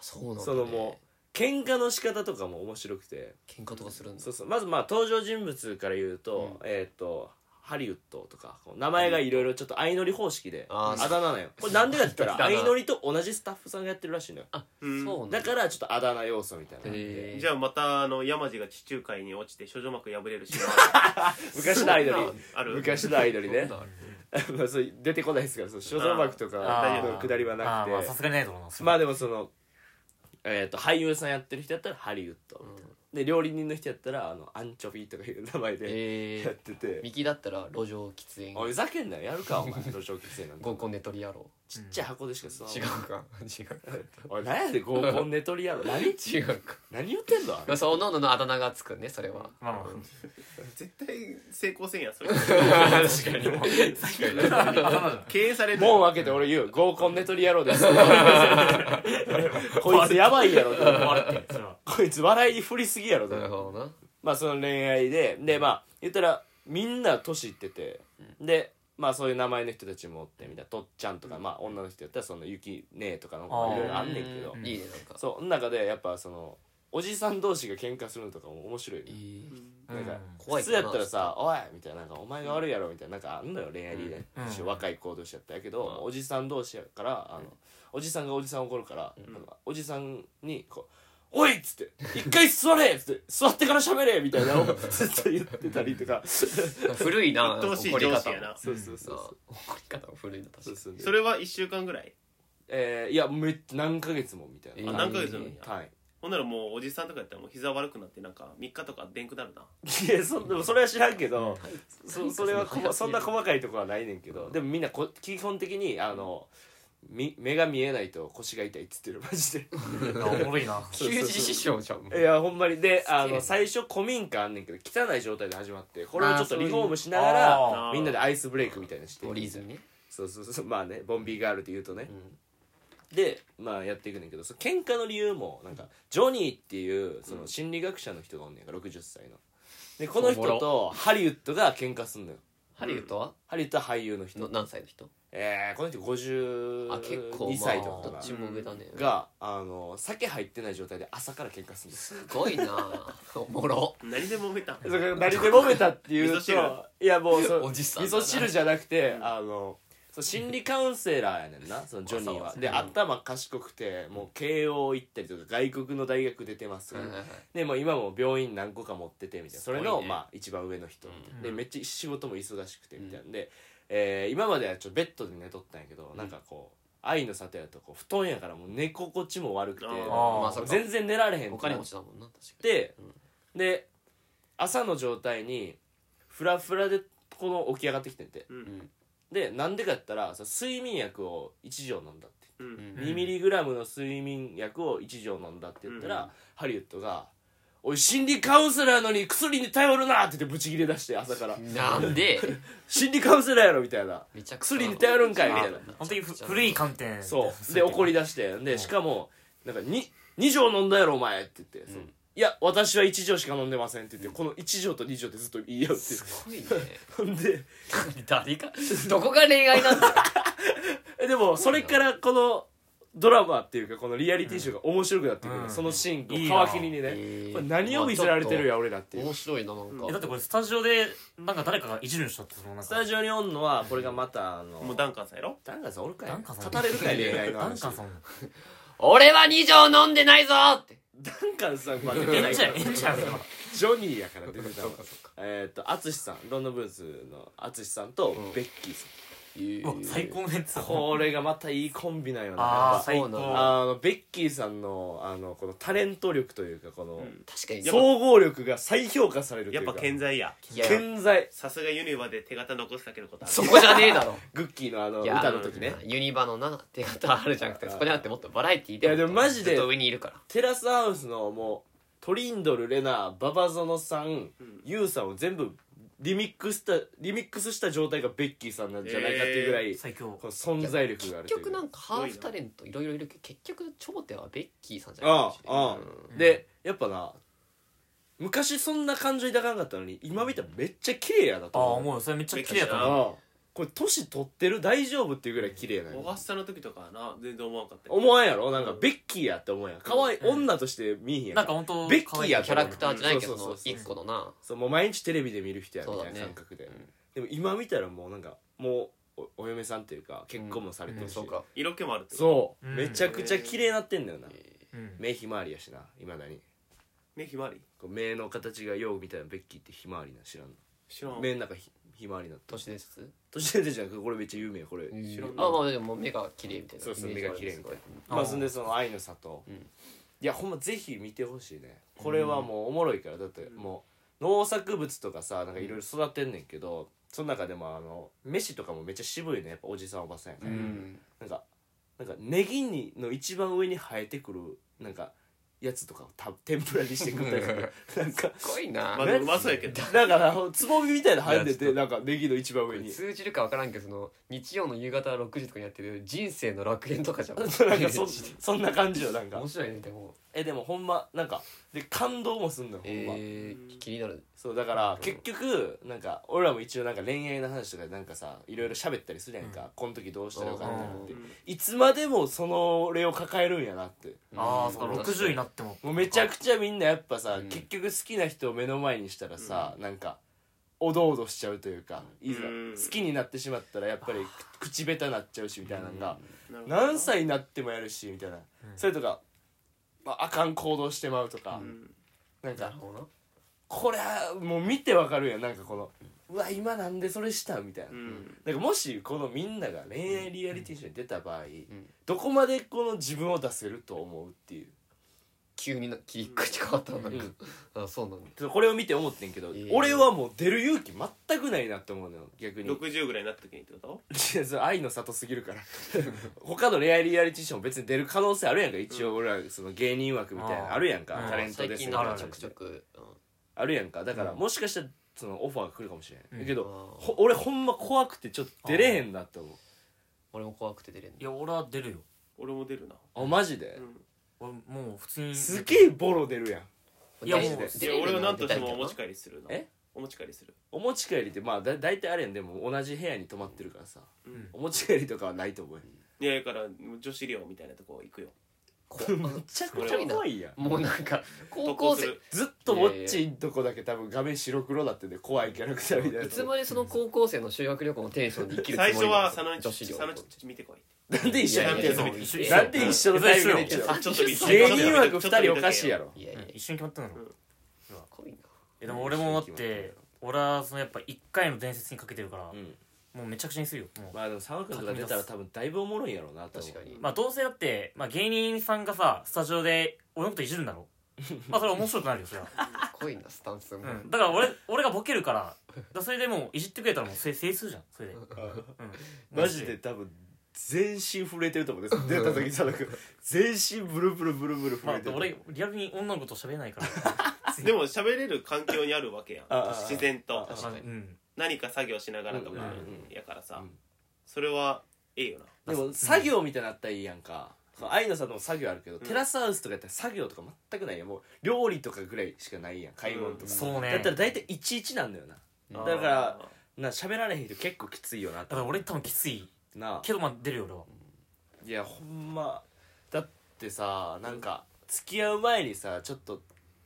Speaker 2: そうなんだね
Speaker 1: そのもう喧嘩の仕方とかも面白くて
Speaker 2: 喧嘩とかするんだ
Speaker 1: そうそうまずまあ登場人物から言うと、えっ、とハリウッドとかこう名前がいろいろちょっと相乗り方式で
Speaker 2: あ
Speaker 1: あ
Speaker 2: ー
Speaker 1: だ名なのよこれなんでかって言ったら
Speaker 2: 聞いたな
Speaker 1: 相乗りと同じスタッフさんがやってるらしいのよ
Speaker 4: うん
Speaker 2: そうなん
Speaker 1: だからちょっとあだ名要素みたいなのがあって
Speaker 2: えー
Speaker 4: じゃあまたあの山路が地中海に落ちて処女膜破れるシーン
Speaker 1: 昔のアイド
Speaker 2: そ
Speaker 1: ル
Speaker 2: んな
Speaker 4: ある
Speaker 1: 昔のアイドルね
Speaker 2: そんなのあ る
Speaker 1: まあそう出てこないですからその所蔵幕とか
Speaker 3: あー
Speaker 1: のくだりはな
Speaker 3: あ
Speaker 1: くて
Speaker 3: ーまあさすがにないと思うなそれ
Speaker 1: まあでもその、えー、と俳優さんやってる人やったらハリウッドみたいな、で料理人の人やったらあのアンチョビとかいう名前で
Speaker 2: え
Speaker 1: やっ
Speaker 2: ー
Speaker 1: てて、
Speaker 2: ミキだったら路上喫煙
Speaker 1: おいふざけんなよやるかお前路上喫煙なんて
Speaker 2: 合コンで取り野郎
Speaker 1: ちっちゃい箱でしか吸わ
Speaker 2: 違
Speaker 1: ないう
Speaker 2: か違うか
Speaker 1: おい何やで合コン寝取りやろ 何
Speaker 2: 違うか
Speaker 1: 何言ってんのあれ
Speaker 2: そうおのおののあだ名がつくねそれは
Speaker 3: まあまあ
Speaker 4: 絶対成功せんやんそれ
Speaker 2: 確かにもう確かに
Speaker 3: 頭じゃん
Speaker 4: 経営される
Speaker 1: 門を開けて俺言う合コン寝取りやろうです こいつやばいやろと
Speaker 3: 終わるってそれは
Speaker 1: こいつ笑い振りすぎやろと
Speaker 2: なるほどな
Speaker 1: まあその恋愛ででまあ言ったらみんな年いってて、でまあそういう名前の人たちもおってみたいなとっちゃんとか、まあ女の人やったらそのゆきねえとかの子
Speaker 3: あー
Speaker 1: いろいろあんねんけど
Speaker 2: いいねなんか
Speaker 1: そうその中でやっぱそのおじさん同士が喧嘩するのとかも面白いよね
Speaker 2: いい
Speaker 1: なんか
Speaker 3: うん
Speaker 2: 怖
Speaker 1: 普
Speaker 2: いか
Speaker 1: 通
Speaker 2: な
Speaker 1: やったらさ「おい!」みたいななんか「お前が悪いやろ」みたいななんかあんのよ恋愛リーダー
Speaker 3: うん
Speaker 1: 若い子同士やったんやけど、
Speaker 2: うん
Speaker 1: おじさん同士やからあの、おじさんがおじさん怒るから、あのおじさんにこう「おい!」っつって「一回座れ!」っつって「座ってから喋れ!」みたいなのをずっと言ってたりとかそう
Speaker 2: 古いな
Speaker 4: 鬱陶しい
Speaker 2: 怒り
Speaker 4: 上司
Speaker 2: 方
Speaker 4: やな
Speaker 1: そうそう
Speaker 2: そ
Speaker 1: そうう
Speaker 2: 怒り方も古いな確か
Speaker 1: そう
Speaker 2: に
Speaker 1: そう
Speaker 4: それは1週間ぐらい
Speaker 1: えー、いやめっ何ヶ月もみたい
Speaker 2: え
Speaker 1: な、
Speaker 2: ー
Speaker 4: あ何ヶ月なんや
Speaker 1: はい
Speaker 4: ほんならもうおじさんとかやったらもう膝悪くなってなんか3日とかでんくなるない
Speaker 1: やそでもそれは知らんけど、そそれはこ
Speaker 2: 早
Speaker 1: まそんな細かいところはないねんけど、でもみんなこ基本的にあのみ目が見えないと腰が痛いっつってるマジで
Speaker 3: あおもろいな
Speaker 1: そう
Speaker 2: 急
Speaker 1: そうそう
Speaker 2: に師匠じゃんもう
Speaker 1: いやほんまにであ
Speaker 2: すげえ
Speaker 1: の最初古民家あんねんけど汚い状態で始まってこれをちょっとリフォームしなが
Speaker 3: あー
Speaker 1: ら
Speaker 4: そういう
Speaker 1: みんなでアイスブレイクみたいなのして
Speaker 2: 折り泉ね
Speaker 1: そうそうそうまあねボンビーガールで言うとね
Speaker 2: う、ん
Speaker 1: でまあやっていくねんけどその喧嘩の理由もなんかジョニーっていうその心理学者の人がおんねんか60歳のでこの人とハリウッドが喧嘩すんのよ
Speaker 2: ハリウッドは
Speaker 1: ハリウッドは俳優の人
Speaker 2: の何歳の人
Speaker 1: えー、この人
Speaker 2: あ結構ま
Speaker 1: 52
Speaker 2: あ
Speaker 1: 歳とか
Speaker 2: ど
Speaker 1: か
Speaker 2: っちも上だね
Speaker 1: ながあの酒入ってない状態で朝から喧嘩するんです
Speaker 2: すごいなおもろ
Speaker 4: 何でもめたん
Speaker 1: だから何で揉めたっていう
Speaker 4: 味噌汁
Speaker 1: といやもうそ
Speaker 2: おじさん
Speaker 1: 味
Speaker 2: だな
Speaker 1: 噌汁じゃなくて、あのそう心理カウンセラーやねんなそのジョニー
Speaker 2: あ
Speaker 1: は
Speaker 2: そう
Speaker 1: で頭賢くてもう慶応行ったりとか外国の大学出てますとか、でもう今も病院何個か持っててみたいなそれ
Speaker 2: すご
Speaker 1: の、
Speaker 2: いね
Speaker 1: まあ、一番上の人みたいな、
Speaker 3: うん
Speaker 1: でめっちゃ仕事も忙しくてみたいなんで、えー今まではちょっとベッドで寝とったんやけど、なんかこう愛の里やとこう布団やからもう寝心地も悪くて
Speaker 4: あー
Speaker 2: まあそれ
Speaker 1: 全然寝られへんって
Speaker 2: お金持ちだもんな確か
Speaker 1: で,、
Speaker 2: うん
Speaker 1: で朝の状態にフラフラでこの起き上がってきてんて
Speaker 4: う
Speaker 2: に
Speaker 4: ん
Speaker 1: でなんでかやったらさ睡眠薬を1錠飲んだって
Speaker 4: う
Speaker 2: うん
Speaker 4: ん
Speaker 2: うん
Speaker 3: ん
Speaker 1: 2mg の睡眠薬を1錠飲んだって言ったら、
Speaker 4: うん
Speaker 1: ハリウッドが「おい心理カウンセラーなのに薬に頼るな!」って言ってブチ切れ出して朝 から
Speaker 2: なんで
Speaker 1: 「心理カウンセラーやろ」みたいな
Speaker 2: めち
Speaker 1: 「
Speaker 2: ゃくちゃ
Speaker 1: 薬に頼るんかい」みたいな
Speaker 3: 本当にふ古い観点
Speaker 1: そうで怒り出してでしかもなんかに2錠飲んだやろお前」って言って「そういや私は1錠しか飲んでません」って言ってこの1錠と2錠ってずっと言い合うっていう
Speaker 2: すごいね
Speaker 1: ほんで
Speaker 2: 誰かどこが恋愛なんだよ
Speaker 1: えでもそれからこのドラマっていうかこのリアリティショーが面白くなってくる、
Speaker 3: うん
Speaker 1: そのシ
Speaker 3: いい
Speaker 1: ーン
Speaker 3: な
Speaker 1: を皮切りにね、
Speaker 2: ー
Speaker 1: これ何を見せられてるや俺らっていう
Speaker 2: 面白いななんか
Speaker 3: えだってこれスタジオでなんか誰かがいじるんでしたってそのなん
Speaker 1: ス
Speaker 3: か
Speaker 1: タジオにおんのはこれがまたあの
Speaker 4: もうダンカンさんやろ
Speaker 1: ダンカンさんおるかい
Speaker 3: ダンカンさん
Speaker 1: 語れるかい恋愛の
Speaker 3: なん
Speaker 1: 話
Speaker 3: か
Speaker 1: ダン
Speaker 3: そんな
Speaker 2: 俺は二錠飲んでないぞって
Speaker 1: カンさんまで出
Speaker 3: え
Speaker 1: な
Speaker 3: えん
Speaker 1: い
Speaker 3: ち
Speaker 1: か
Speaker 3: ゃ
Speaker 1: ら
Speaker 3: うえんちゃう
Speaker 1: ジョニーやから出てたの
Speaker 2: そうかそうか
Speaker 1: えーっと淳さんロンドンブーツの淳さんと
Speaker 2: ん
Speaker 1: ベッキーさん、
Speaker 2: いう
Speaker 3: わ最高のやつだ
Speaker 1: これがまたいいコンビなんよな
Speaker 3: あ
Speaker 1: や
Speaker 3: あ
Speaker 1: っぱ
Speaker 3: 最
Speaker 2: そうな
Speaker 3: 高
Speaker 2: んだ
Speaker 1: あのベッキーさんのあのこのタレント力というかこの、
Speaker 4: ん
Speaker 2: 確かにそう
Speaker 1: 総合力が再評価されるとい
Speaker 4: やっ
Speaker 1: うか
Speaker 4: ぱ健在や
Speaker 2: いや
Speaker 1: 健在
Speaker 4: さすがユニバで手形残すだけのことある
Speaker 2: そこじゃねえだろ
Speaker 1: グッキーのあの
Speaker 2: いや
Speaker 1: 歌の時 ね
Speaker 2: ユニバのな手形あるじゃなくてそこじゃなくてもっとバラエティー
Speaker 1: いやでもマジで
Speaker 2: ずっと上にいるから
Speaker 1: テラスハウスのもうトリンドルレナババゾノさん、ユウさんを全部リミックスしたリミックスした状態がベッキーさんなんじゃないかっていうぐらい、
Speaker 3: 最強
Speaker 1: この存在力があると
Speaker 2: 結
Speaker 1: いう
Speaker 2: 局なんかハーフタレントいろいろいるけど結局頂点はベッキーさんじゃないかもしれない
Speaker 1: あああでやっぱな昔そんな感情抱かんかったのに今見たらめっちゃ綺麗やな
Speaker 3: あ
Speaker 1: と
Speaker 3: あ
Speaker 1: 思う
Speaker 3: 思うそれめっちゃ綺麗やと
Speaker 4: あ
Speaker 1: あ
Speaker 3: 思う
Speaker 1: あこれ年取ってる大丈夫っていうぐらい綺麗なんよ
Speaker 4: おはっさの時とかはな全然思わんかったよ
Speaker 1: 思わんやろなんかベッキーやって思うやん可愛い女として見えへんやん
Speaker 3: なんか本当
Speaker 1: ベッキーや
Speaker 2: キャラクターじゃないけど
Speaker 1: そうそう
Speaker 2: そ
Speaker 1: そ
Speaker 2: の
Speaker 1: うそう
Speaker 2: 一個のな
Speaker 1: そうもう毎日テレビで見る人やみたい
Speaker 2: そうだ
Speaker 1: な
Speaker 2: ね
Speaker 1: 感覚で、でも今見たらもうなんかもうおお嫁さんっていうか結婚もされてるし、
Speaker 2: そうか
Speaker 4: 色気もあるってこと
Speaker 1: そう
Speaker 3: うん
Speaker 1: めちゃくちゃ綺麗なってんだよな、
Speaker 3: うん
Speaker 1: 目ひまわりやしないまだに
Speaker 4: 目ひまわり
Speaker 1: こう目の形がようみたいなベッキーってひまわりな知らんの
Speaker 4: 知らん
Speaker 1: 目の中ひひまわりなって
Speaker 2: 都市伝説
Speaker 1: 年出てじゃんこれめっちゃ有名よこれ、
Speaker 2: 知
Speaker 4: らん
Speaker 2: あまあでも目が綺麗みたいな
Speaker 1: そうそう
Speaker 2: イメージ
Speaker 1: 目が綺麗みたいなま
Speaker 3: あ
Speaker 1: あ
Speaker 3: ー
Speaker 1: そんでその愛の里、
Speaker 2: ん
Speaker 1: いやほんまぜひ見てほしいねこれはもうおもろいからだってもう農作物とかさなんかいろいろ育てんねんけどその中でもあの飯とかもめっちゃ渋いねやっぱおじさんおばさんやか
Speaker 2: う
Speaker 1: ら、
Speaker 2: ん
Speaker 1: なんかなんかネギにの一番上に生えてくるなんかやつとかをた天ぷらにしてくれたりとか なんか
Speaker 2: すごいな
Speaker 4: まあでもうまそうやけど
Speaker 1: だからつぼみみたいなの生えて
Speaker 5: いやちょ
Speaker 1: てなんかネギの一番上に
Speaker 2: 通じるか分からんけどその日曜の夕方6時とかにやってる人生の楽園とかじゃ ん
Speaker 1: なんかそそんな感じよなんか
Speaker 2: 面白いねでも
Speaker 1: えでもほんまなんかで感動もすんのよほんま、
Speaker 2: えー、気になる
Speaker 1: そうだから結局なんか俺らも一応なんか恋愛の話とかでなんかさいろいろ喋ったりするやんか、この時どうしたらよかったのって
Speaker 4: うん
Speaker 1: いつまでもその俺を抱えるんやなって
Speaker 3: ああそっ
Speaker 2: うん
Speaker 3: か60になっても
Speaker 1: もうめちゃくちゃみんなやっぱさ、
Speaker 2: うん
Speaker 1: 結局好きな人を目の前にしたらさ、なんかおどおどしちゃうというかいざ
Speaker 4: うん
Speaker 1: 好きになってしまったらやっぱりく口下手なっちゃうしみたいなのが、
Speaker 4: なるほどな
Speaker 1: 何歳になってもやるしみたいな、それとか、まあ、あかん行動してまうとか、
Speaker 4: うん
Speaker 1: なん
Speaker 2: な
Speaker 1: か
Speaker 2: るほどな
Speaker 1: これはもう見てわかるやんなんかこのうわ今なんでそれしたみたいな、
Speaker 4: うん
Speaker 1: なんかもしこのみんなが恋愛リアリティショーに出た場合、
Speaker 2: ん
Speaker 1: どこまでこの自分を出せると思うっていう
Speaker 2: 急にな切り口変わったなんか、 あそうなんだ
Speaker 1: ちょっとこれを見て思ってんけど、
Speaker 2: えー
Speaker 1: 俺はもう出る勇気全くないなって思うのよ逆に
Speaker 4: 60ぐらいになった時にってこと
Speaker 1: いやそれ愛の里すぎるから 他の恋愛リアリティショーも別に出る可能性あるやんか一応俺らその芸人枠みたいな
Speaker 3: あ
Speaker 1: の
Speaker 3: ー
Speaker 1: あるやんか
Speaker 3: うん
Speaker 1: タレント
Speaker 2: 最
Speaker 1: です
Speaker 2: 近
Speaker 1: みた
Speaker 2: なん
Speaker 1: いな
Speaker 2: かちょくちょく、う
Speaker 1: あるやんかだから
Speaker 3: うん
Speaker 1: もしかしたらそのオファーが来るかもしれない、
Speaker 3: うん
Speaker 1: だけ
Speaker 2: ん
Speaker 1: ど
Speaker 2: あー
Speaker 1: ほ俺ほんま怖くてちょっと出れへんなって思う
Speaker 2: 俺も怖くて出れんの
Speaker 3: いや俺は出るよ
Speaker 4: 俺も出るな
Speaker 1: あマジで
Speaker 4: う、ん
Speaker 3: 俺もう普通に
Speaker 1: すげえボロ出るやん
Speaker 3: いやもう
Speaker 2: 出れる
Speaker 4: いや
Speaker 2: の
Speaker 4: 俺は何として
Speaker 2: 出たい
Speaker 4: もお
Speaker 2: けど
Speaker 4: 持
Speaker 2: な
Speaker 4: ち帰りするな
Speaker 1: え
Speaker 4: お持ち帰りする
Speaker 1: お持ち帰りってまあだ大体あれやんでも同じ部屋に泊まってるからさ、
Speaker 4: うん
Speaker 1: お持ち帰りとかはないと思うよ、
Speaker 4: いやだから女子寮みたいなとこ行くよ
Speaker 2: 怖っ
Speaker 1: めちゃくちゃ怖いやん
Speaker 2: もうなんか高校
Speaker 4: 特攻
Speaker 2: 生
Speaker 4: す
Speaker 2: い
Speaker 4: る
Speaker 1: ずっとウォッチんとこだけ多分画面白黒だってね怖いキャラクターみたいな
Speaker 2: つまでその高校生の修学旅行のテンションで生きるつもり
Speaker 4: 最初は佐野
Speaker 2: 女子
Speaker 4: ち佐
Speaker 2: 寮
Speaker 4: 野ち見てこい
Speaker 1: なんで一緒にやってんの
Speaker 4: いやい
Speaker 2: や
Speaker 3: 一緒に
Speaker 1: なんで一緒のタイミングで一緒
Speaker 2: や
Speaker 4: ちょっと見て
Speaker 1: 芸人枠二人おかしいやろ
Speaker 2: いやいや
Speaker 3: うん一緒に決まったんだろ
Speaker 2: 怖いな
Speaker 3: えでも俺もだって俺はそのやっぱ1回の伝説にかけてるから、
Speaker 1: うん
Speaker 3: もうめちゃくちゃにするよもう
Speaker 1: まあでも佐野君とか出たら多分だいぶおもろいんやろうなと思う
Speaker 2: 確かに
Speaker 3: まあどうせだって、まあ、芸人さんがさスタジオで俺のこといじるんだろまあそれは面白くなるよそれは、
Speaker 2: 濃いなスタンスも
Speaker 3: うん、だから俺俺がボケるからだからそれでもういじってくれたらもうせ整数じゃんそれで、うん、
Speaker 1: マジで多分全身震えてると思うね出た時佐野君全身ブルブルブルブル震
Speaker 3: ま
Speaker 1: え
Speaker 3: あ
Speaker 1: てる、
Speaker 3: 俺リアルに女の子と喋れないから
Speaker 4: でも喋れる環境にあるわけやん
Speaker 1: ああ
Speaker 4: 自然と
Speaker 1: あ
Speaker 2: 確かに
Speaker 3: うん
Speaker 4: 何か作業しながらとか
Speaker 1: うんうん
Speaker 4: やからさ
Speaker 1: うん
Speaker 4: それはええよな
Speaker 1: でも作業みたいなのあったらいいやんかその愛の里も作業あるけど、テラスハウスとかやったら作業とか全くないやんもう料理とかぐらいしかないやん買い物とか、
Speaker 3: そうね
Speaker 1: だったら大体11なんだよな
Speaker 2: うん
Speaker 1: だからな喋られへん人結構きついよな
Speaker 3: だから俺多分きつい
Speaker 1: なあ
Speaker 3: けどまあ出るよ俺はい
Speaker 1: やほんまだってさなんか付き合う前にさちょっと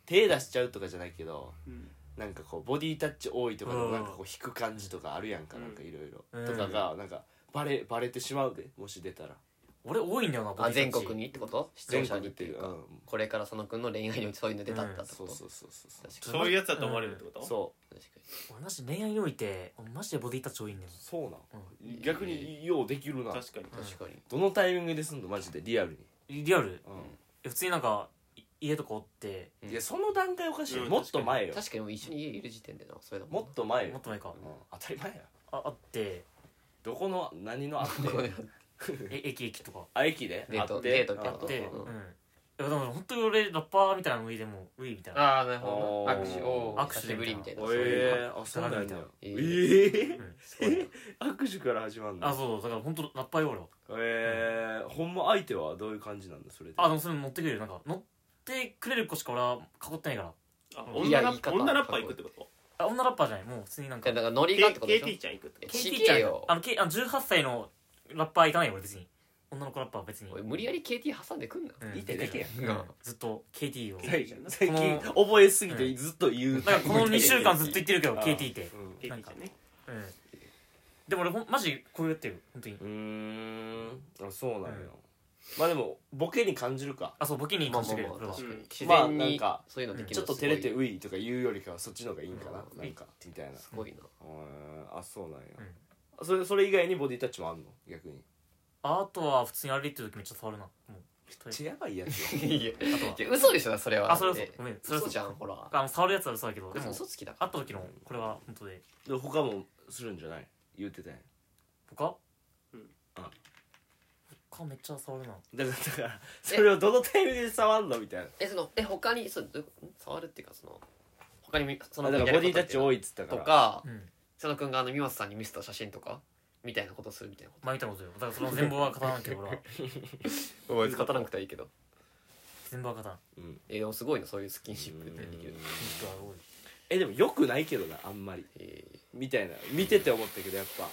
Speaker 1: 手出しちゃうとかじゃないけど
Speaker 4: うん
Speaker 1: なんかこうボディタッチ多いとかで
Speaker 3: う
Speaker 1: も
Speaker 3: ん
Speaker 1: なんかこう引く感じとかあるやんか
Speaker 4: うん
Speaker 1: なんかいろいろ
Speaker 3: うん
Speaker 1: とかがなんかバレバレてしまうでもし出たら
Speaker 3: 俺多いんだよなボディ
Speaker 2: あ
Speaker 3: タッ
Speaker 2: 全
Speaker 3: チ
Speaker 2: 国にってこと視聴者にっていう
Speaker 1: 全
Speaker 2: か
Speaker 1: 国っていううん
Speaker 2: これから佐野くんの恋愛にそういうの出たったって
Speaker 1: そ
Speaker 2: こ
Speaker 1: う
Speaker 2: と
Speaker 1: そうそうそう
Speaker 2: 確か
Speaker 4: そういうやつだと思われるってこと
Speaker 1: そうそ
Speaker 2: に確か
Speaker 3: 俺マジで恋愛において俺マジでボディタッチ多いんだよ
Speaker 1: うそうなん逆にようできるな
Speaker 4: 確かに
Speaker 2: に確かに
Speaker 1: どのタイミングですんのマジでリアルに
Speaker 3: リアル
Speaker 1: う
Speaker 3: え普通になんかい家とかおって
Speaker 2: うん
Speaker 1: んいやその段階おかしいよ
Speaker 4: うん
Speaker 1: もっと前よ
Speaker 2: 確かにもう一緒に家いる時点でなそれだもん
Speaker 1: もっと前
Speaker 3: もっ
Speaker 1: よ
Speaker 3: と前
Speaker 1: う
Speaker 3: か
Speaker 1: ん当たり前や
Speaker 3: ああって
Speaker 1: どこの何のあって
Speaker 2: な
Speaker 3: え駅駅とか
Speaker 1: あ駅で
Speaker 2: デート
Speaker 1: 会って
Speaker 2: デートみたい
Speaker 3: や
Speaker 2: なこ
Speaker 1: あ
Speaker 2: と
Speaker 3: って
Speaker 2: う
Speaker 3: うんんいやでも本当に俺ラッパーみたいなのいでもうウィーみたいな
Speaker 2: ああなる
Speaker 1: ほどな握手を
Speaker 3: 握手
Speaker 2: 手ぶりみたいなそういう
Speaker 1: えー、あそうなんだよ
Speaker 2: え
Speaker 1: え
Speaker 3: う
Speaker 1: ー、
Speaker 3: ん
Speaker 2: すごいな
Speaker 1: 握手から始まる
Speaker 3: あ
Speaker 1: の
Speaker 3: そうだから本当ラッパーよ俺は
Speaker 1: えー、ほんま相手はどういう感じなんだそれで
Speaker 3: あでもそれ乗ってくれるなんか乗ってくれる子しか俺は囲ってないから
Speaker 4: あ
Speaker 2: いや
Speaker 4: 女
Speaker 2: 言
Speaker 4: ラッ
Speaker 2: い
Speaker 4: パ
Speaker 2: 方
Speaker 4: 女ラッパー行くってこと
Speaker 3: あ女ラッパーじゃないもう普通になんか
Speaker 2: だからノリがってことで
Speaker 4: K-
Speaker 2: しょ
Speaker 4: KT ちゃん行くってこ
Speaker 2: ち
Speaker 3: KT
Speaker 2: げ
Speaker 3: ちゃ
Speaker 2: え
Speaker 3: ん
Speaker 2: よ
Speaker 3: あの K- あの18歳のラッパーいかないよ俺別に女の子ラッパーは別に
Speaker 2: おい無理やり KT 挟んでくんな
Speaker 3: うん
Speaker 1: いいってだけやん
Speaker 3: うんずっと KT を
Speaker 1: 最近最
Speaker 3: こ
Speaker 1: 近
Speaker 3: の
Speaker 1: 覚えすぎてずっと言う、
Speaker 3: だからこの2週間ずっと言ってる けど
Speaker 1: あ
Speaker 3: KT って
Speaker 4: と
Speaker 3: なん
Speaker 4: KT ち
Speaker 3: か
Speaker 4: ゃんね
Speaker 3: うんでも俺ほんマジこうやってる本当に
Speaker 1: うんうーんあそうなんよ、まあでもボケに感じるか
Speaker 3: あそうボケに関してくれる
Speaker 2: まあ
Speaker 3: こ
Speaker 2: まあ
Speaker 3: れは
Speaker 2: ま
Speaker 4: うん
Speaker 2: 自
Speaker 1: まあ
Speaker 2: 然
Speaker 1: なん
Speaker 2: に
Speaker 1: か
Speaker 2: そういうのできる
Speaker 1: ちょっと照れて「ウィ」とか言うよりかはそっちの方がいいんかな、
Speaker 2: うん
Speaker 1: なんかみたいな
Speaker 2: すごいな
Speaker 1: うんあそうなんや、それそれ以外にボディタッチもあんの逆に
Speaker 3: あとは普通に歩いてる時めっちゃ触るなもう太い
Speaker 1: ちゃやばいやつよ
Speaker 2: いや
Speaker 3: あとは
Speaker 2: 嘘でしょそれは
Speaker 3: あそれ嘘
Speaker 2: だって
Speaker 3: ごめんそれ嘘
Speaker 2: 嘘じゃんほら
Speaker 3: あの触るやつは嘘だけどでも
Speaker 2: 嘘つきだか
Speaker 3: 会った時のこれは本当で
Speaker 1: で他もするんじゃない言ってたやん
Speaker 3: 他
Speaker 4: うん
Speaker 1: あ
Speaker 3: 他めっちゃ触るな
Speaker 1: だからだ からそれをどのタイミングで触んのみたいな
Speaker 2: らえそのえ他にそうどういうことん触るっていうかその他にみその
Speaker 1: だからボディタッチ多
Speaker 2: い
Speaker 1: いっつったか
Speaker 2: と
Speaker 1: ら
Speaker 2: か
Speaker 3: うん
Speaker 2: 佐野くんがあの三松さんに見せた写真とかみたいなことするみたいなこ
Speaker 3: まあ見たいなことよだからその全貌は語らんけど俺は
Speaker 2: とおい語らなくていいけど
Speaker 3: 全貌は語らん
Speaker 1: うん
Speaker 2: えでもすごいなそういうスキンシップってできる
Speaker 1: うん
Speaker 3: 人は多い
Speaker 1: えでもよくないけどなあんまり
Speaker 2: えー
Speaker 1: みたいな見てて思ったけどやっぱ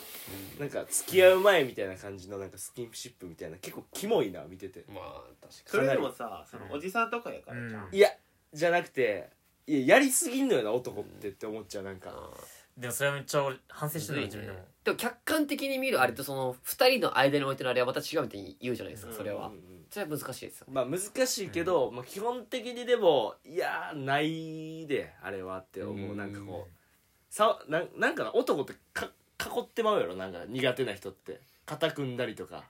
Speaker 1: なんか付き合う前みたいな感じのなんかスキンシップみたいな結構キモいな見てて
Speaker 2: まあ確
Speaker 4: そ
Speaker 2: かに
Speaker 4: れでもさその
Speaker 3: うん
Speaker 4: おじさんとかやからじゃん、
Speaker 3: うん
Speaker 1: いやじゃなくていややりすぎんのよな男ってって思っちゃうなんか
Speaker 2: あ
Speaker 3: でもそれはめっちゃ俺反省
Speaker 2: ー
Speaker 3: してるよ自分でも
Speaker 2: でも客観的に見るあれとその二人の間に置いてるあれはまた違うみたいに言うじゃないですかそれは
Speaker 1: うんうん
Speaker 2: それは難しいですよ
Speaker 1: まあ難しいけど、まあ、基本的にでもいやーないであれはって思う、
Speaker 2: うん
Speaker 1: なんかこうさなんなんかな男ってか囲ってまうやろなんか苦手な人って肩組んだりとか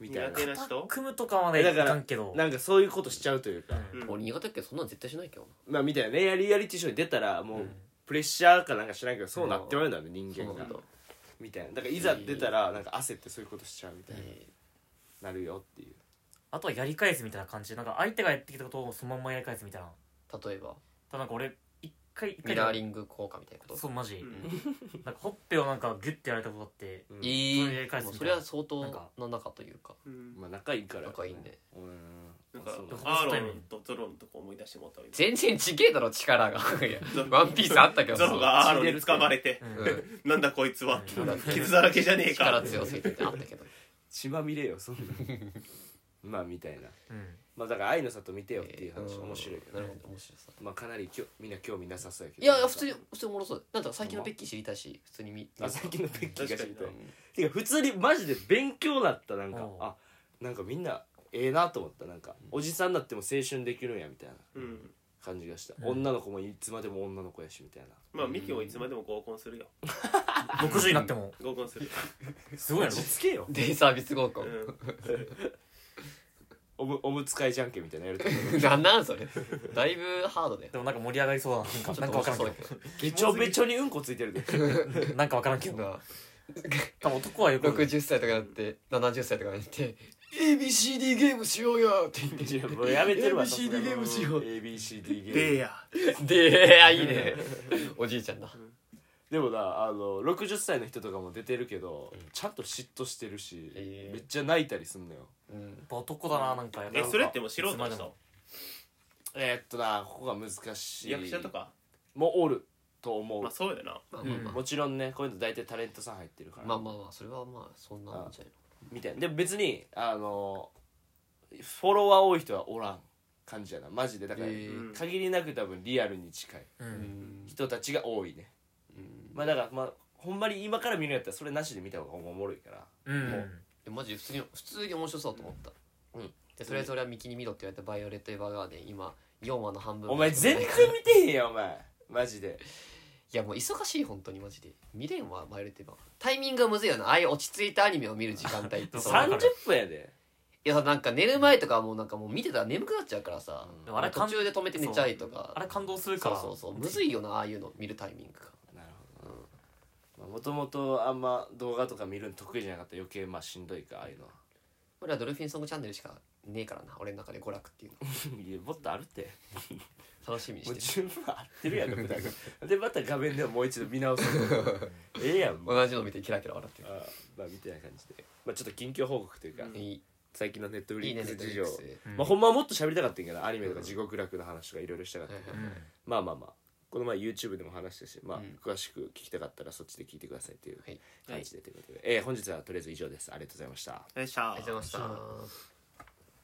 Speaker 1: みたい
Speaker 4: 苦手
Speaker 1: な
Speaker 4: な人
Speaker 3: 組むとかはね
Speaker 1: え
Speaker 3: い
Speaker 1: だから
Speaker 3: かんけど
Speaker 1: なんかそういうことしちゃうというか、
Speaker 3: うん
Speaker 4: うん
Speaker 2: 俺苦手だけどそんなの絶対しないけど
Speaker 1: まあみたいなねやりやりティショーに出たらもう、
Speaker 3: うん
Speaker 1: プレッシャーかなんか知らんけどそうなってまうんだね人
Speaker 2: なそ
Speaker 1: 間
Speaker 2: うな
Speaker 1: が
Speaker 2: んだ
Speaker 1: みたいなだからいざ出たらなんか焦ってそういうことしちゃうみたいな、
Speaker 2: え
Speaker 1: なるよっていう
Speaker 3: あとはやり返すみたいな感じなんか相手がやってきたことをそのまんまやり返すみたいな
Speaker 2: ー例えば
Speaker 3: ただなんか俺一回一回
Speaker 2: ミラーリング効果みたいなこと
Speaker 3: そうマジ、
Speaker 4: うん
Speaker 3: なんかほっぺをなんかギュッてやられたことあって
Speaker 1: うん
Speaker 2: え
Speaker 3: それや
Speaker 2: ー
Speaker 3: り返す
Speaker 2: も
Speaker 3: み
Speaker 2: う
Speaker 3: たいな
Speaker 2: それは相当
Speaker 3: なんか
Speaker 2: の中というか
Speaker 4: うん
Speaker 1: まあ仲いいから
Speaker 2: 仲いいね
Speaker 1: うん
Speaker 4: なんか
Speaker 1: そうだね
Speaker 4: アーロンとゾロンとか思い出してもらったわ
Speaker 2: 全然ちげえだろ力がいや
Speaker 4: ゾロ
Speaker 2: ワンピースあったけど
Speaker 4: ゾロがアーロンに掴まれて
Speaker 3: う、ん、
Speaker 2: うん
Speaker 4: なんだこいつは
Speaker 2: うん
Speaker 4: って傷だらけじゃねえか
Speaker 2: 力強すぎてってあったけど
Speaker 1: 血まみれよそん なまあみたいな
Speaker 3: うん
Speaker 1: まあだから愛の里見てよっていう話面白いけど
Speaker 2: なるほど面白さ
Speaker 1: まあかなりきょみんな興味なさそうやけど
Speaker 2: いやいや普通に普通におもろそうなんだ最近のペッキー知りたいし普通に見
Speaker 1: あ最近のペッキーが知りたい
Speaker 4: 確
Speaker 1: てか普通にマジで勉強だったなんか
Speaker 3: おう
Speaker 1: あなんかみんなええなと思ったなんかおじさんになっても青春できるんやみたいな
Speaker 4: うん
Speaker 1: 感じがした、
Speaker 3: うん
Speaker 1: 女の子もいつまでも女の子やしみたいな
Speaker 4: まあミキもいつまでも合コンするよ
Speaker 3: 60になっても
Speaker 4: 合コンする
Speaker 3: すごいやろ
Speaker 1: 落ち着けよ
Speaker 2: デイサービス合コ
Speaker 4: う
Speaker 2: ン
Speaker 4: ん
Speaker 1: おむおむつ替えじゃんけんみたいなやると思う
Speaker 2: なんなんそれだいぶハードだよ
Speaker 3: でもなんか盛り上がりそうだななんかなんかわからんけ
Speaker 1: べちょべちょにうんこついてるで
Speaker 3: どなんかわからんけ ど
Speaker 2: が
Speaker 3: 多分男はよく
Speaker 2: 60歳とかなって70歳とかなって ABCD ゲームしようよって言って
Speaker 1: いやもうやめてるわ
Speaker 2: ABCD ゲームしよう
Speaker 1: ABCD ゲーム
Speaker 4: でや
Speaker 2: であいいね おじいちゃんだ
Speaker 1: でもなあの60歳の人とかも出てるけど、ちゃんと嫉妬してるし、
Speaker 2: ええ
Speaker 1: めっちゃ泣いたりすんのよ
Speaker 2: うん
Speaker 3: 男だななんか
Speaker 4: えそれってもう素人
Speaker 3: な
Speaker 4: の
Speaker 3: んか
Speaker 4: 人
Speaker 1: えーっとなここが難しい
Speaker 4: 役者とか
Speaker 1: もおると思う、
Speaker 4: まあそうよな
Speaker 2: まあ
Speaker 1: う
Speaker 2: まあ
Speaker 1: ん
Speaker 2: まあ
Speaker 1: もちろんねこういうの大体タレントさん入ってるから、
Speaker 2: まあまあまあそれはまあそんなんじゃない
Speaker 1: みたいなで別にあのフォロワー多い人はおらん感じやなマジでだから、
Speaker 2: えー
Speaker 4: うん
Speaker 1: 限りなく多分リアルに近い
Speaker 3: うん、う、
Speaker 2: のうんん
Speaker 1: 人たちが多いね、
Speaker 2: うん
Speaker 1: まあだからまあほんまに今から見るんやったらそれなしで見た方がおもろいから
Speaker 3: うん
Speaker 1: も
Speaker 2: えマジ普通に普通に面白そうと思った
Speaker 1: うん
Speaker 2: でとりあえず俺は右に見ろって言われた「バイオレット・エヴァーガーデン」今4話の半分
Speaker 1: お前全然見てへんやんお前マジで
Speaker 2: いやもう忙しい本当にマジで見れんわバイオレット・エヴァータイミングがむずいよなああいう落ち着いたアニメを見る時間帯っ て
Speaker 3: そう
Speaker 2: その
Speaker 1: 30分やで
Speaker 2: いやなんか寝る前とかはもうなんかもう見てたら眠くなっちゃうからさ、
Speaker 1: うん
Speaker 3: でもあれ
Speaker 2: 途中で止めて寝ちゃいとか
Speaker 3: あれ感動する
Speaker 2: そう
Speaker 3: から
Speaker 2: そうそうむずいよなああいうの見るタイミングが
Speaker 1: なるほどなもともとあんま動画とか見るの得意じゃなかったら余計まあしんどいかああいうのは
Speaker 2: 俺はドルフィンソングチャンネルしかねえからな俺の中で娯楽っていうの
Speaker 1: いやもっとあるって
Speaker 2: 楽しみに
Speaker 1: も
Speaker 2: し
Speaker 1: う
Speaker 2: て
Speaker 1: 十分合ってるやんか普段からでまた画面でももう一度見直すええやんもう
Speaker 2: 同じの見てキラキラ笑ってる
Speaker 1: あまあみたいな感じでまあちょっと近況報告というか、
Speaker 4: うん
Speaker 2: いい
Speaker 1: 最近のネットフ
Speaker 2: い
Speaker 1: リ
Speaker 2: いね
Speaker 1: ックス
Speaker 2: ネットフ
Speaker 1: 事
Speaker 2: リ
Speaker 1: 情
Speaker 2: ックスで
Speaker 1: まあ、ほんまはもっと喋りたかったんやけどアニメとか
Speaker 2: うん
Speaker 1: 地獄楽の話とかいろいろしたかった、
Speaker 2: はいはい
Speaker 3: うん
Speaker 1: まあまあまあこの前 YouTube でも話したし、まあ
Speaker 2: うん、
Speaker 1: 詳しく聞きたかったらそっちで聞いてくださいという
Speaker 2: はい
Speaker 1: 感じでということで、えー本日はとりあえず以上ですありがとうございました
Speaker 4: よいしょ
Speaker 2: ありがとうございました